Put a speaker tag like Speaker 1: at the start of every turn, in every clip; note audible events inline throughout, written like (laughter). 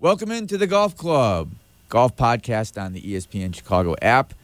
Speaker 1: Welcome into the Golf Club Golf Podcast on the E ESPN Chicago app.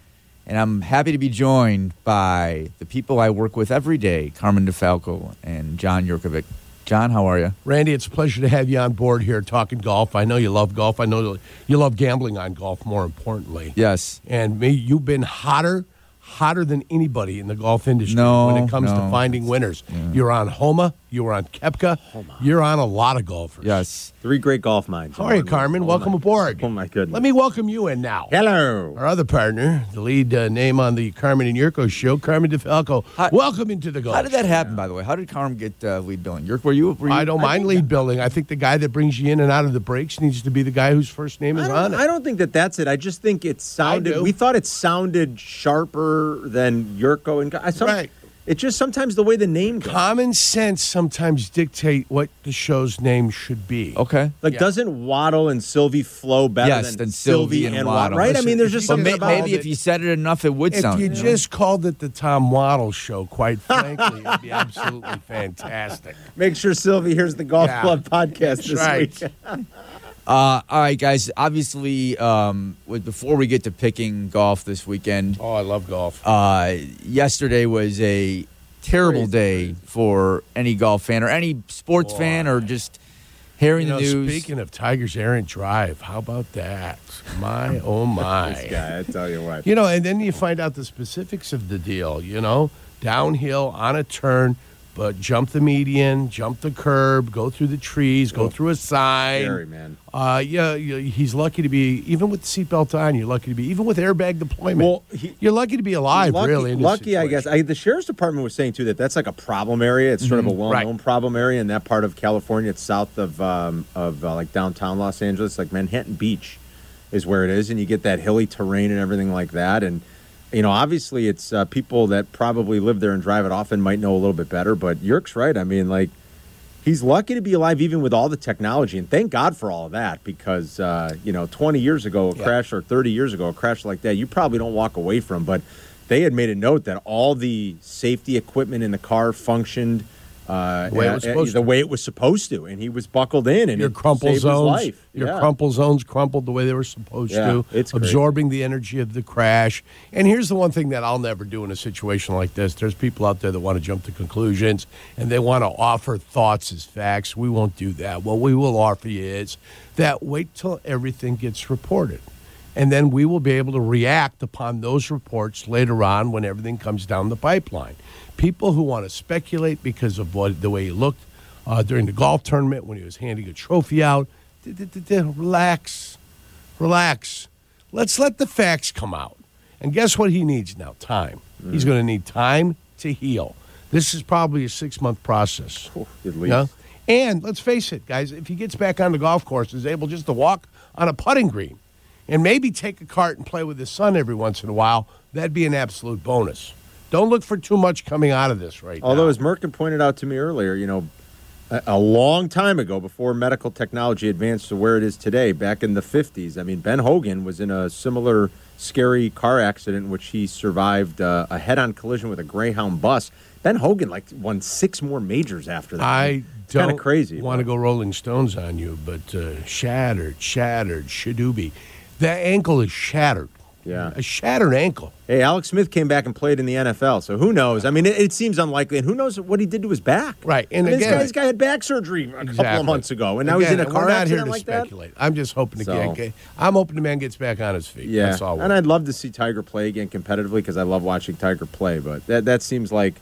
Speaker 1: And I'm happy to be joined by the people I work with every day, Carmen DeFalco and John Yurkovic. John, how are you?
Speaker 2: Randy, it's a pleasure to have you on board here talking golf. I know you love golf. I know you love gambling on golf, more importantly.
Speaker 1: Yes.
Speaker 2: And me, you've been hotter, hotter than anybody in the golf industry
Speaker 1: No,
Speaker 2: when it comes
Speaker 1: no.
Speaker 2: to finding winners. You're on Homa. You were on Kepka. You're on a lot of golfers.
Speaker 1: Yes.
Speaker 3: Three great golf minds.
Speaker 2: How are you,
Speaker 3: Oh, my-
Speaker 2: Carmen?
Speaker 3: oh,
Speaker 2: welcome
Speaker 3: my-
Speaker 2: aboard.
Speaker 3: Oh my goodness.
Speaker 2: Let me welcome you in now.
Speaker 3: Hello.
Speaker 2: Our other partner, the lead uh, name on the Carmen and Yurko show, Carmen DeFalco.
Speaker 1: Hi.
Speaker 2: welcome into the golf.
Speaker 1: How did that happen, by the way? How did Carmen get uh, lead billing? Yurk, were you? Were you
Speaker 2: I don't mind
Speaker 1: think-
Speaker 2: lead building. I think the guy that brings you in and out of the breaks needs to be the guy whose first name
Speaker 3: I
Speaker 2: is on
Speaker 3: don't,
Speaker 2: it.
Speaker 3: I don't think that that's it. I just think it sounded.
Speaker 2: do.
Speaker 3: We thought it sounded sharper than Yurko and. I, some,
Speaker 2: Right.
Speaker 3: It just sometimes the way the name goes.
Speaker 2: Common sense sometimes dictate what the show's name should be.
Speaker 1: Okay.
Speaker 3: like doesn't Waddle and Sylvie flow better
Speaker 1: Yes,
Speaker 3: than,
Speaker 1: than Sylvie and Waddle.
Speaker 3: Right? I
Speaker 2: Listen,
Speaker 3: mean, there's just
Speaker 2: if you
Speaker 1: But
Speaker 3: something
Speaker 1: may,
Speaker 3: about
Speaker 1: maybe
Speaker 2: it.
Speaker 1: if you said it enough, it would
Speaker 2: If
Speaker 1: sound.
Speaker 2: you
Speaker 1: know?
Speaker 2: just called it the Tom Waddle
Speaker 1: (laughs)
Speaker 2: Show, quite frankly, it'd be absolutely fantastic.
Speaker 3: make sure Sylvie hears the golf
Speaker 2: Yeah.
Speaker 3: club podcast this
Speaker 2: right.
Speaker 3: week. (laughs)
Speaker 1: Uh, all right, guys. Obviously, um, with, before we get to picking golf this weekend,
Speaker 2: Oh, I love golf.
Speaker 1: uh, yesterday was a terrible
Speaker 3: Crazy,
Speaker 1: day for any golf fan or any sports
Speaker 2: Boy.
Speaker 1: fan or just hearing
Speaker 2: You know,
Speaker 1: the news.
Speaker 2: speaking of Tiger's errant drive, how about that?
Speaker 1: (laughs)
Speaker 2: My oh my!
Speaker 3: Yeah, I tell you what.
Speaker 2: You know, and then you find out the specifics of the deal. You know, downhill on a turn, but jump the median, jump the curb, go through the trees, go through a sign.
Speaker 3: Scary, man.
Speaker 2: Uh, yeah, yeah, he's lucky to be even with the seatbelt on. You're lucky to be even with airbag deployment.
Speaker 3: Well, he-
Speaker 2: you're lucky to be alive.
Speaker 3: lucky,
Speaker 2: really, in this
Speaker 3: lucky I guess.
Speaker 2: situation. Mm-hmm.
Speaker 3: I, the sheriff's department was saying too that that's like a problem area. It's sort of a well-known
Speaker 2: Right.
Speaker 3: problem area in that part of California. It's south of um, of uh, like downtown Los Angeles, like Manhattan Beach, is where it is, and you get that hilly terrain and everything like that. And you know, obviously, it's uh, people that probably live there and drive it often might know a little bit better. But Yerk's right. I mean, like. He's lucky to be alive, even with all the technology, and thank God for all of that. Because uh, you know, 20 years ago, a
Speaker 2: Yeah.
Speaker 3: crash, or 30 years ago, a crash like that, you probably don't walk away from. But they had made a note that all the safety equipment in the car functioned uh,
Speaker 2: The way it was
Speaker 3: uh, uh,
Speaker 2: supposed
Speaker 3: the
Speaker 2: to.
Speaker 3: way it was supposed to, and he was buckled in, and
Speaker 2: your
Speaker 3: it
Speaker 2: crumple
Speaker 3: saved his
Speaker 2: zones,
Speaker 3: life.
Speaker 2: your
Speaker 3: Yeah.
Speaker 2: crumple zones crumpled the way they were supposed
Speaker 3: Yeah,
Speaker 2: to,
Speaker 3: it's crazy.
Speaker 2: absorbing the energy of the crash. And here's the one thing that I'll never do in a situation like this. There's people out there that want to jump to conclusions and they want to offer thoughts as facts. We won't do that. What we will offer you is that wait till everything gets reported. And then we will be able to react upon those reports later on when everything comes down the pipeline. People who want to speculate because of what the way he looked uh, during the golf tournament when he was handing a trophy out. D- d- d- d- Relax, relax. Let's let the facts come out. And guess what he needs now? Time. He's going to need time to heal. This is probably a six month process.
Speaker 3: At
Speaker 2: You
Speaker 3: least.
Speaker 2: know? And let's face it, guys, if he gets back on the golf course, is able just to walk on a putting green and maybe take a cart and play with his son every once in a while, that'd be an absolute bonus. Don't look for too much coming out of this right now.
Speaker 3: Although, as Merkin pointed out to me earlier, you know, a, a long time ago, before medical technology advanced to where it is today, back in the 50s, I mean, Ben Hogan was in a similar scary car accident in which he survived uh, a head on collision with a Greyhound bus. Ben Hogan, like, won six more majors after that.
Speaker 2: I
Speaker 3: It's
Speaker 2: don't
Speaker 3: kinda crazy.
Speaker 2: want to go Rolling Stones on you, but uh, shattered, shattered, shadoobie. That ankle is shattered.
Speaker 3: Yeah.
Speaker 2: A shattered ankle.
Speaker 3: Hey, Alex Smith came back and played in the NFL, so who knows? I mean, it, it seems unlikely, and who knows what he did to his back?
Speaker 2: Right, and
Speaker 3: I mean,
Speaker 2: again-
Speaker 3: this, guy, this guy had back surgery a couple
Speaker 2: Exactly.
Speaker 3: of months ago, and now he's
Speaker 2: Again,
Speaker 3: in a
Speaker 2: we're
Speaker 3: car
Speaker 2: not
Speaker 3: accident
Speaker 2: here to
Speaker 3: like that.
Speaker 2: speculate. I'm just hoping to
Speaker 3: So-
Speaker 2: get. I'm hoping the man gets back on his feet.
Speaker 3: Yeah,
Speaker 2: That's all.
Speaker 3: and I'd love to see Tiger play again competitively because I love watching Tiger play. But that that seems like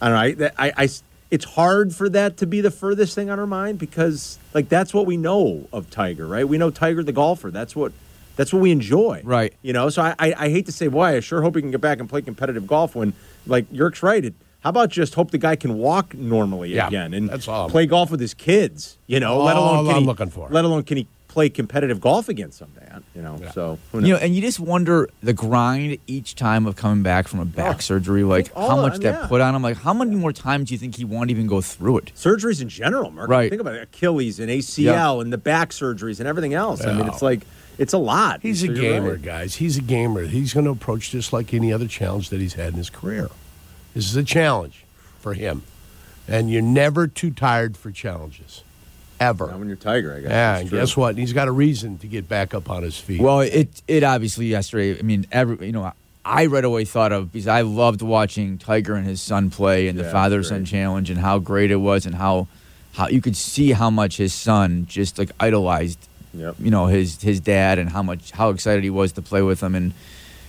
Speaker 3: I don't know. I, that, I, I s- it's hard for that to be the furthest thing on her mind because like that's what we know of Tiger, right? We know Tiger the golfer. That's what that's what we enjoy,
Speaker 1: Right.
Speaker 3: You know. So I I, I hate to say why. I sure hope he can get back and play competitive golf when like Yerk's right. It, how about just hope the guy can walk normally
Speaker 2: Yeah,
Speaker 3: again and
Speaker 2: that's all I'm-
Speaker 3: play golf with his kids? You know, let
Speaker 2: All
Speaker 3: alone can
Speaker 2: I'm
Speaker 3: he-
Speaker 2: looking for.
Speaker 3: Let alone can he play competitive golf again someday? You know.
Speaker 2: Yeah.
Speaker 3: So who knows?
Speaker 1: You know, and you just wonder the grind each time of coming back from a back surgery, like
Speaker 3: Oh. all
Speaker 1: how
Speaker 3: of
Speaker 1: much
Speaker 3: them,
Speaker 1: that
Speaker 3: yeah.
Speaker 1: put on him. Like, how many more times do you think he won't even go through it?
Speaker 3: surgeries in general, Mark.
Speaker 1: Right.
Speaker 3: Think about it. Achilles and ACL
Speaker 1: Yeah.
Speaker 3: and the back surgeries and everything else. I mean,
Speaker 2: Yeah.
Speaker 3: it's like it's a lot.
Speaker 2: He's
Speaker 3: So
Speaker 2: a
Speaker 3: you're
Speaker 2: gamer,
Speaker 3: right.
Speaker 2: guys. He's a gamer. He's going to approach this like any other challenge that he's had in his career. This is a challenge for him. And you're never too tired for challenges. ever.
Speaker 3: Not when you're Tiger, I
Speaker 2: yeah,
Speaker 3: guess. That's
Speaker 2: and
Speaker 3: true.
Speaker 2: guess what? He's got a reason to get back up on his feet.
Speaker 1: Well, it it obviously yesterday. I mean, every you know, I- I right away thought of because I loved watching Tiger and his son play and
Speaker 3: Yeah,
Speaker 1: the
Speaker 3: it's
Speaker 1: father son
Speaker 3: great.
Speaker 1: challenge and how great it was and how how you could see how much his son just like idolized
Speaker 3: Yep.
Speaker 1: you know his his dad and how much how excited he was to play with him and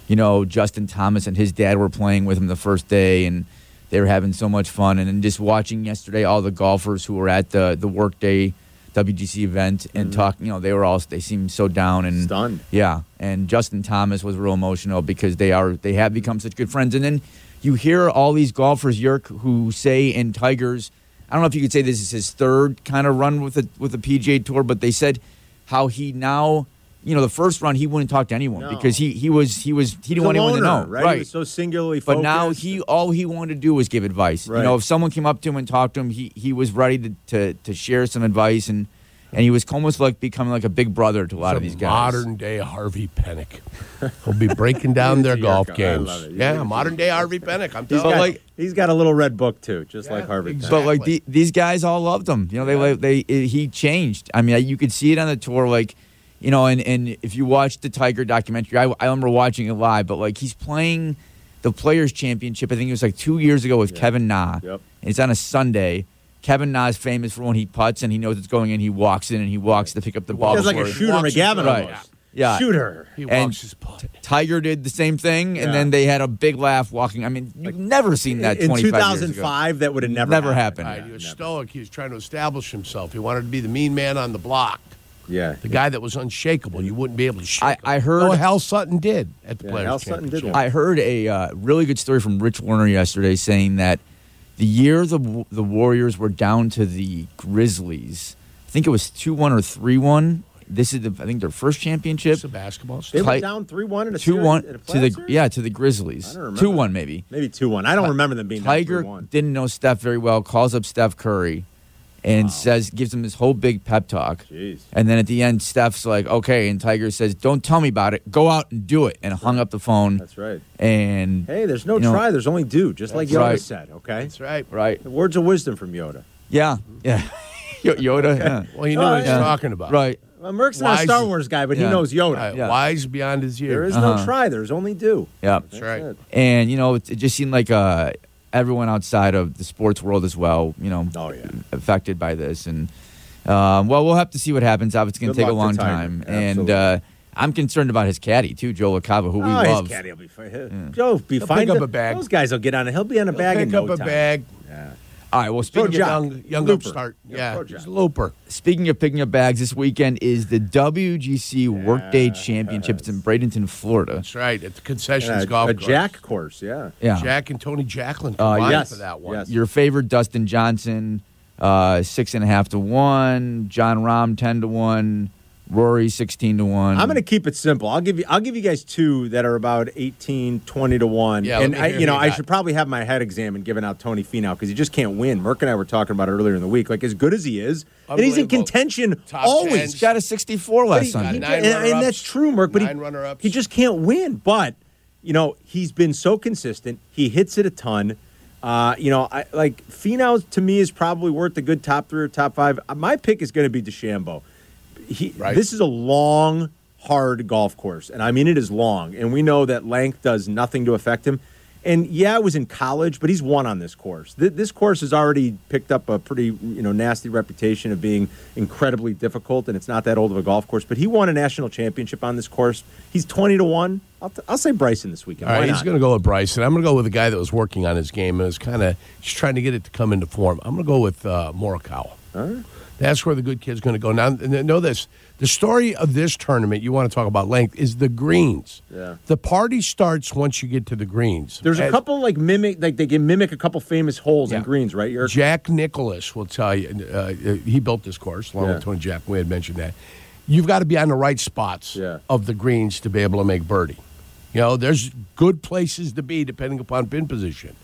Speaker 1: you know Justin Thomas and his dad were playing with him the first day and they were having so much fun and then just watching yesterday all the golfers who were at the the workday WGC event and talking you know they were all they seemed so down and
Speaker 3: Stunned.
Speaker 1: yeah and Justin Thomas was real emotional because they are they have become such good friends and then you hear all these golfers Yerk who say in Tigers I don't know if you could say this is his third kind of run with the with the PGA Tour, but they said how he now, you know, the first run he wouldn't talk to anyone
Speaker 3: No.
Speaker 1: because he he was he was he
Speaker 3: He's
Speaker 1: didn't want
Speaker 3: a
Speaker 1: anyone to
Speaker 3: loner,
Speaker 1: know,
Speaker 3: right? He was so singularly
Speaker 1: but
Speaker 3: focused.
Speaker 1: now he all he wanted to do was give advice. You
Speaker 3: Right.
Speaker 1: know, if someone came up to him and talked to him, he he was ready to to, to share some advice and and he was almost like becoming like a big brother to a lot of
Speaker 2: He's
Speaker 1: these
Speaker 2: a
Speaker 1: guys.
Speaker 2: Modern day Harvey Pennick. He'll be
Speaker 3: (laughs)
Speaker 2: breaking down their
Speaker 3: You're
Speaker 2: golf
Speaker 3: a jerk. I love
Speaker 2: games.
Speaker 3: it. You're
Speaker 2: Yeah,
Speaker 3: a
Speaker 2: modern day Harvey Pennick. I'm
Speaker 3: He's
Speaker 2: telling
Speaker 3: got,
Speaker 2: you.
Speaker 1: like-
Speaker 3: he's got a little red book too, just
Speaker 2: Yeah,
Speaker 3: like Harvard.
Speaker 2: exactly.
Speaker 1: But like the, these guys all loved him. You know, they
Speaker 2: Yeah.
Speaker 1: they it, he changed. I mean, you could see it on the tour. Like, you know, and and if you watch the Tiger documentary, I, I remember watching it live. But like he's playing the Players Championship. I think it was like two years ago with Kevin Na.
Speaker 3: Yep.
Speaker 1: And it's on a Sunday. Kevin Na is famous for when he puts and he knows it's going in. He walks in and he walks to pick up the ball.
Speaker 3: He's like a
Speaker 1: before-
Speaker 3: shooter
Speaker 2: Walks
Speaker 3: McGavin
Speaker 1: right.
Speaker 3: almost.
Speaker 1: Yeah.
Speaker 3: Shooter.
Speaker 2: he
Speaker 1: and-
Speaker 2: walks his putt.
Speaker 1: Tiger did the same thing, and
Speaker 3: Yeah.
Speaker 1: then they had a big laugh walking. I mean, you've never seen that.
Speaker 3: in
Speaker 1: 25 years ago.
Speaker 3: 2005, that would have never
Speaker 1: Never happened.
Speaker 2: Right, he was
Speaker 3: never.
Speaker 2: stoic. He was trying to establish himself. He wanted to be the mean man on the block,
Speaker 3: Yeah,
Speaker 2: the guy that was unshakable. You wouldn't be able to shake.
Speaker 1: I-
Speaker 2: him.
Speaker 1: I heard-
Speaker 2: No, Hal Sutton did at the
Speaker 3: Yeah,
Speaker 2: Players
Speaker 3: Hal Sutton did
Speaker 2: Championship.
Speaker 3: one.
Speaker 1: I heard a uh, really good story from Rich Warner yesterday saying that the year the the Warriors were down to the Grizzlies, I think it was two one or three one. This is the, I think their first championship.
Speaker 2: It's a basketball.
Speaker 3: they
Speaker 2: Story.
Speaker 3: were
Speaker 1: Ty-
Speaker 3: down three one in a
Speaker 1: Two
Speaker 3: series-
Speaker 1: one
Speaker 3: in a
Speaker 1: to the
Speaker 3: playoff series?
Speaker 1: yeah to the Grizzlies.
Speaker 3: I don't remember
Speaker 1: Two one
Speaker 3: that.
Speaker 1: maybe.
Speaker 3: maybe two one. I don't remember them being
Speaker 1: Tiger
Speaker 3: down 3-1.
Speaker 1: didn't know Steph very well. Calls up Steph Curry, and says gives him this whole big pep talk.
Speaker 3: Jeez.
Speaker 1: And then at the end, Steph's like, "Okay," and Tiger says, "Don't tell me about it. Go out and do it." And hung up the phone.
Speaker 3: That's right.
Speaker 1: And
Speaker 3: Hey, there's no
Speaker 1: You know-
Speaker 3: try. there's only do. Just like
Speaker 1: That's
Speaker 3: Yoda
Speaker 1: right.
Speaker 3: said. Okay.
Speaker 2: That's right.
Speaker 1: right.
Speaker 3: The words of wisdom from Yoda.
Speaker 1: Yeah, yeah. (laughs) Yo- Yoda. yeah.
Speaker 2: Well, you know what he's
Speaker 3: Oh, Yeah.
Speaker 2: talking about.
Speaker 1: Right.
Speaker 3: Well, Merck's not
Speaker 2: Wise-
Speaker 3: a Star Wars guy, but
Speaker 1: Yeah.
Speaker 3: he knows Yoda.
Speaker 2: Right,
Speaker 1: Yeah.
Speaker 2: Wise beyond his
Speaker 3: There
Speaker 2: years.
Speaker 3: is
Speaker 1: Uh-huh.
Speaker 3: no try. There's only do.
Speaker 1: Yeah.
Speaker 2: That's right.
Speaker 3: it.
Speaker 1: And you know, it, it just seemed like uh, everyone outside of the sports world as well. You know,
Speaker 3: Oh yeah.
Speaker 1: affected by this. And um, well, we'll have to see what happens. Obviously, it's going
Speaker 3: Good
Speaker 1: to take a long
Speaker 3: luck to Tiger.
Speaker 1: time. And
Speaker 3: Absolutely.
Speaker 1: uh, I'm concerned about his caddy too, Joe LaCava, who we
Speaker 3: oh,
Speaker 1: love.
Speaker 3: his caddy will be fine. Joe will be
Speaker 2: He'll
Speaker 3: fine.
Speaker 2: pick up
Speaker 3: Th-
Speaker 2: a bag.
Speaker 3: Those guys will get on it. He'll be on a
Speaker 2: He'll
Speaker 3: bag
Speaker 2: Pick
Speaker 3: in no
Speaker 2: up a
Speaker 3: time.
Speaker 2: bag.
Speaker 3: Yeah.
Speaker 1: All right. Well,
Speaker 2: Speaking
Speaker 1: speaking
Speaker 2: of
Speaker 3: Project.
Speaker 2: young, young
Speaker 3: Looper.
Speaker 2: upstart.
Speaker 3: Yeah,
Speaker 2: Yeah,
Speaker 3: project.
Speaker 2: he's a looper.
Speaker 1: Speaking of picking up bags, this weekend is the WGC Workday Championships in Bradenton, Florida.
Speaker 2: That's right. At the concessions
Speaker 3: Yeah,
Speaker 2: golf
Speaker 3: a
Speaker 2: course.
Speaker 3: Uh, jack course. Yeah.
Speaker 1: Yeah.
Speaker 2: Jack and Tony Jacklin
Speaker 1: Uh,
Speaker 2: combined
Speaker 3: yes,
Speaker 2: for that one.
Speaker 3: yes.
Speaker 1: Your favorite Dustin Johnson, uh, six and a half to one. John Rahm ten to one. Rory sixteen to one.
Speaker 2: Mm-hmm.
Speaker 3: I'm going to keep it simple. I'll give you I'll give you guys two that are about 18, 20 to 1.
Speaker 2: Yeah, let
Speaker 3: and
Speaker 2: me
Speaker 3: I,
Speaker 2: hear
Speaker 3: you know,
Speaker 2: who you
Speaker 3: I
Speaker 2: got.
Speaker 3: should probably have my head examined giving out Tony Finau cuz he just can't win. Merck and I were talking about it earlier in the week. Like as good as he is, and he's in
Speaker 2: Unbelievable.
Speaker 3: contention
Speaker 2: Top
Speaker 3: always.
Speaker 1: He's got a sixty-four
Speaker 3: But he-
Speaker 1: last
Speaker 3: he
Speaker 1: Sunday.
Speaker 3: ju-
Speaker 2: Nine
Speaker 3: and, and
Speaker 2: runner-ups.
Speaker 3: that's true, Merck, but he,
Speaker 2: Nine runner-ups.
Speaker 3: he just can't win. But, you know, he's been so consistent. He hits it a ton. Uh, you know, I, like Finau to me is probably worth a good top three or top five. Uh, My pick is going to be DeChambeau. He,
Speaker 2: Right.
Speaker 3: This is a long, hard golf course, and I mean it is long. And we know that length does nothing to affect him. And yeah, it was in college, but he's won on this course. Th- this course has already picked up a pretty, you know, nasty reputation of being incredibly difficult, and it's not that old of a golf course. But he won a national championship on this course. He's twenty to one. I'll, t- I'll say Bryson this weekend.
Speaker 2: All right,
Speaker 3: Why
Speaker 2: he's
Speaker 3: not?
Speaker 2: going to go with Bryson. I'm going to go with a guy that was working on his game and was kind of just trying to get it to come into form. I'm going to go with uh, Morikawa. That's where the good kid's going to go. Now, n- know this: the story of this tournament, you want to talk about length, is the greens.
Speaker 3: Yeah.
Speaker 2: The party starts once you get to the greens.
Speaker 3: There's a
Speaker 2: And
Speaker 3: couple like mimic, like they can mimic a couple famous holes
Speaker 2: Yeah.
Speaker 3: and greens, right? Eric?
Speaker 2: Jack Nicholas will tell you. Uh, uh, he built this course along
Speaker 3: Yeah.
Speaker 2: with Tony Jack. We had mentioned that. You've got to be on the right spots
Speaker 3: Yeah.
Speaker 2: of the greens to be able to make birdie. You know, there's good places to be depending upon pin position.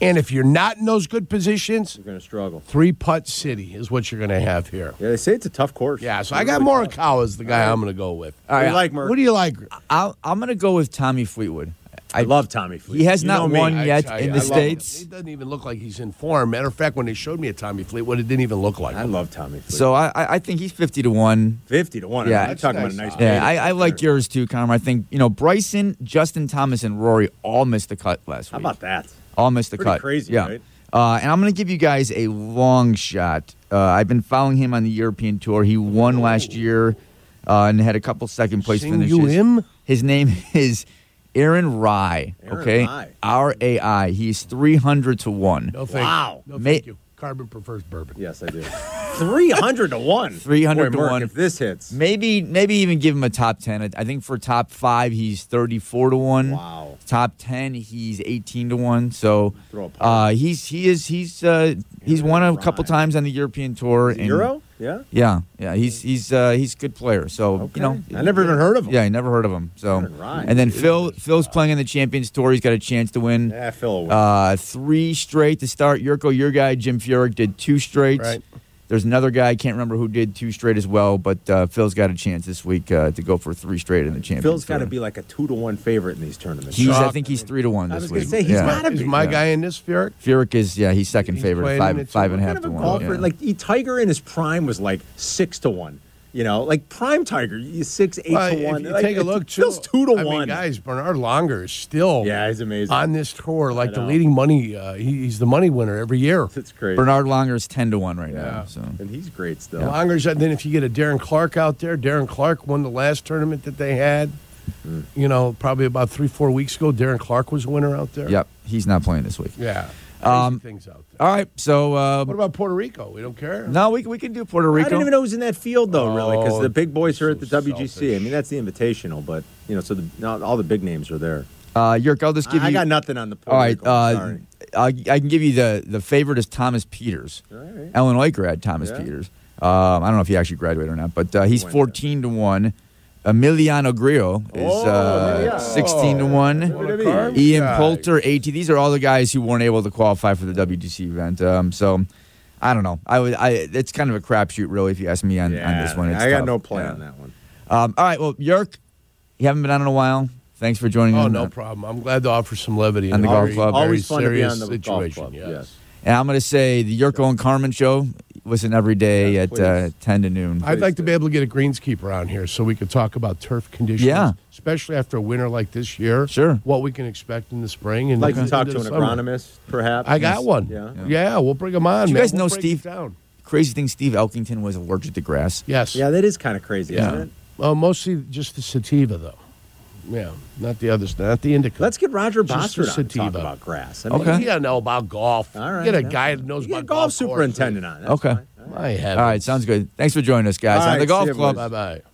Speaker 2: And if you're not in those good positions,
Speaker 3: You're going to struggle.
Speaker 2: three putt city is what you're going to have here.
Speaker 3: Yeah, they say it's a tough course.
Speaker 2: Yeah, so
Speaker 3: It's
Speaker 2: I got
Speaker 3: really tough.
Speaker 2: Morikawa as the guy I'm going to go with.
Speaker 3: All right. What do you like, Murray?
Speaker 2: What do you like?
Speaker 1: I'll, I'm going to go with Tommy Fleetwood.
Speaker 3: I, love Tommy Fleet.
Speaker 1: He has
Speaker 3: You
Speaker 1: not
Speaker 3: know me.
Speaker 1: won
Speaker 2: I-
Speaker 1: yet
Speaker 2: I-
Speaker 1: in the
Speaker 2: I love him.
Speaker 1: States.
Speaker 2: It doesn't even look like he's in form. Matter of fact, when they showed me a Tommy Fleetwood, it didn't even look like
Speaker 3: I
Speaker 2: him.
Speaker 3: love Tommy Fleet.
Speaker 1: So I, I I think he's 50 to 1.
Speaker 3: 50 to 1.
Speaker 1: Yeah.
Speaker 3: Ah, Yeah, I'm
Speaker 1: That's
Speaker 3: talking about a
Speaker 2: nice.
Speaker 3: nice
Speaker 1: Yeah,
Speaker 3: payday
Speaker 1: I, I
Speaker 3: right
Speaker 1: like
Speaker 3: there.
Speaker 1: yours too, Connor. I think, you know, Bryson, Justin Thomas, and Rory all missed the cut last
Speaker 3: How
Speaker 1: week.
Speaker 3: about that?
Speaker 1: All missed the
Speaker 3: Pretty
Speaker 1: cut.
Speaker 3: crazy,
Speaker 1: yeah.
Speaker 3: right?
Speaker 1: Uh, and I'm going to give you guys a long shot. Uh, I've been following him on the European tour. He won last year uh, and had a couple second place
Speaker 2: Sing
Speaker 1: finishes.
Speaker 2: you him?
Speaker 1: His name (laughs) is Aaron Rye.
Speaker 3: Aaron
Speaker 1: okay,
Speaker 3: Rye.
Speaker 1: R A I. He's 300 to one.
Speaker 2: No, thank
Speaker 3: Wow.
Speaker 2: No,
Speaker 1: Ma-
Speaker 2: thank you. Carbon prefers bourbon.
Speaker 3: Yes, I (laughs) do. 300 to 1.
Speaker 2: (laughs)
Speaker 1: 300
Speaker 3: Boy,
Speaker 1: to
Speaker 3: Mark,
Speaker 1: 1.
Speaker 3: If this hits.
Speaker 1: Maybe, maybe even give him a top ten. I- I think for top five, he's 34 to one.
Speaker 3: Wow.
Speaker 1: Top ten, he's 18 to one. So
Speaker 3: Throw a
Speaker 1: uh,
Speaker 3: party.
Speaker 1: he's he is he's uh, he's
Speaker 3: Aaron
Speaker 1: won a couple
Speaker 3: Rye.
Speaker 1: times on the European tour. and-
Speaker 3: Euro? Yeah.
Speaker 1: Yeah, yeah, he's he's uh, he's a good player. So you know,
Speaker 3: I never even heard of him.
Speaker 1: Yeah, I never heard of him. So
Speaker 3: Aaron Rye.
Speaker 1: and then Phil Phil's playing in the Champions Tour. He's got a chance to win
Speaker 3: Yeah, Phil will win.
Speaker 1: uh, three straight to start. Yurko, your guy Jim Furyk did two straights.
Speaker 2: Right.
Speaker 1: There's another guy I can't remember who did two straight as well, but uh, Phil's got a chance this week uh, to go for three straight in the Champions.
Speaker 3: Phil's got to
Speaker 1: Tour.
Speaker 3: be like a 2 to 1 favorite in these tournaments.
Speaker 1: He's, I
Speaker 2: shocked.
Speaker 1: think he's three to one
Speaker 3: I
Speaker 1: this
Speaker 3: was
Speaker 1: week.
Speaker 3: gonna say, he's
Speaker 1: yeah.
Speaker 3: gotta
Speaker 2: Is
Speaker 3: be.
Speaker 2: my
Speaker 1: Yeah.
Speaker 2: guy in this, Furyk?
Speaker 1: Furyk is yeah he's second
Speaker 2: He's
Speaker 1: favorite
Speaker 2: playing in
Speaker 1: five
Speaker 2: it,
Speaker 1: five
Speaker 2: too.
Speaker 1: and a
Speaker 2: What
Speaker 1: half
Speaker 3: kind of
Speaker 1: to
Speaker 3: a
Speaker 1: one.
Speaker 3: golfer.
Speaker 1: yeah.
Speaker 3: Like he, Tiger in his prime was like 6 to 1. You know, like prime Tiger, you 6 8
Speaker 2: Well,
Speaker 3: to 1.
Speaker 2: If you
Speaker 3: Like,
Speaker 2: take a
Speaker 3: it's-
Speaker 2: look, too,
Speaker 3: Phil's 2 to
Speaker 2: I
Speaker 3: 1.
Speaker 2: Mean, guys, Bernard Longer is still
Speaker 3: Yeah, he's amazing.
Speaker 2: on this tour, like the
Speaker 3: know.
Speaker 2: leading money. Uh, he, he's the money winner every year.
Speaker 3: It's crazy.
Speaker 1: Bernard Langer is ten to one right now.
Speaker 2: Yeah.
Speaker 1: So
Speaker 3: And he's great still.
Speaker 2: Longer's, and then if you get a Darren Clark out there, Darren Clark won the last tournament that they had.
Speaker 3: Mm.
Speaker 2: You know, probably about three, four weeks ago, Darren Clark was a winner out there.
Speaker 1: yep, he's not playing this week.
Speaker 2: Yeah. Crazy
Speaker 1: Um,
Speaker 2: things out there.
Speaker 1: All right, so uh,
Speaker 2: What about Puerto Rico? We don't care.
Speaker 1: no, we we can do Puerto
Speaker 3: I
Speaker 1: Rico.
Speaker 3: didn't even know he was in that field though, really, because
Speaker 2: Oh,
Speaker 3: the big boys are at the
Speaker 2: so
Speaker 3: WGC. I
Speaker 2: selfish.
Speaker 3: mean, that's the Invitational, but you know, so the, not all the big names are there.
Speaker 1: Uh, Yerk, I'll just give
Speaker 3: I, I
Speaker 1: you.
Speaker 3: got nothing on the.
Speaker 1: All
Speaker 3: Puerto
Speaker 1: right,
Speaker 3: Rico,
Speaker 1: uh,
Speaker 3: sorry.
Speaker 1: I, I can give you the the favorite is Thomas Peters,
Speaker 3: All right.
Speaker 1: Illinois grad Thomas
Speaker 3: Yeah.
Speaker 1: Peters. Um, I don't know if he actually graduated or not, but uh, he's
Speaker 3: Went there.
Speaker 1: fourteen to one. Emiliano Grillo is
Speaker 3: Oh,
Speaker 1: uh,
Speaker 3: Emiliano.
Speaker 1: sixteen to
Speaker 3: What
Speaker 1: one.
Speaker 3: a
Speaker 2: Ian
Speaker 3: guy.
Speaker 1: Ian Poulter, AT. These are all the guys who weren't able to qualify for the WDC event. Um, so I don't know. I would. I it's kind of a crapshoot, really, if you ask me on, on this one. It's
Speaker 3: I got
Speaker 1: tough.
Speaker 3: no play
Speaker 1: Yeah.
Speaker 3: on that one.
Speaker 1: Um, all right. Well, Yerk, you haven't been on in a while. Thanks for joining.
Speaker 2: Oh,
Speaker 1: in.
Speaker 2: no problem. I'm glad to offer some levity
Speaker 1: And
Speaker 2: in
Speaker 1: the
Speaker 2: a
Speaker 1: golf
Speaker 2: very,
Speaker 1: club.
Speaker 2: very
Speaker 3: Always fun to be
Speaker 2: serious
Speaker 3: on the golf
Speaker 2: situation.
Speaker 3: club,
Speaker 2: Yes.
Speaker 3: yes.
Speaker 1: And I'm going to say the Yurko and Carmen show. Listen every day
Speaker 3: Yeah,
Speaker 1: at
Speaker 3: please.
Speaker 1: uh, 10 to noon.
Speaker 2: I'd like to be able to get a greenskeeper on here so we could talk about turf conditions.
Speaker 1: Yeah.
Speaker 2: Especially after a winter like this year.
Speaker 1: Sure.
Speaker 2: What we can expect in the spring and
Speaker 3: I'd like to
Speaker 2: into
Speaker 3: talk
Speaker 2: the
Speaker 3: to an
Speaker 2: summer.
Speaker 3: agronomist, perhaps.
Speaker 2: I got one.
Speaker 3: Yeah.
Speaker 2: Yeah. we'll bring him on.
Speaker 1: Do you
Speaker 2: man.
Speaker 1: guys
Speaker 2: We'll
Speaker 1: know
Speaker 2: break
Speaker 1: Steve-
Speaker 2: it down.
Speaker 1: Crazy thing Steve Elkington was allergic to grass.
Speaker 2: Yes.
Speaker 3: Yeah, that is kind of crazy,
Speaker 2: Yeah.
Speaker 3: isn't it?
Speaker 2: Well, mostly just the sativa though. Yeah, not the others, not the indica.
Speaker 3: Let's get Roger
Speaker 2: Just
Speaker 3: Bossert
Speaker 2: a
Speaker 3: on to talk
Speaker 2: sativa.
Speaker 3: about grass. I
Speaker 1: Okay.
Speaker 2: You gotta know about golf.
Speaker 3: All right.
Speaker 2: Get a
Speaker 3: yeah.
Speaker 2: guy that knows
Speaker 3: You get
Speaker 2: about
Speaker 3: a golf
Speaker 2: courses.
Speaker 3: superintendent on. That's
Speaker 1: Okay.
Speaker 3: fine.
Speaker 2: My
Speaker 1: All
Speaker 2: heavens.
Speaker 1: right, sounds good. Thanks for joining us, guys.
Speaker 3: All
Speaker 1: on the
Speaker 3: right,
Speaker 1: golf
Speaker 3: see you,
Speaker 1: club.
Speaker 3: boys.
Speaker 2: Bye bye.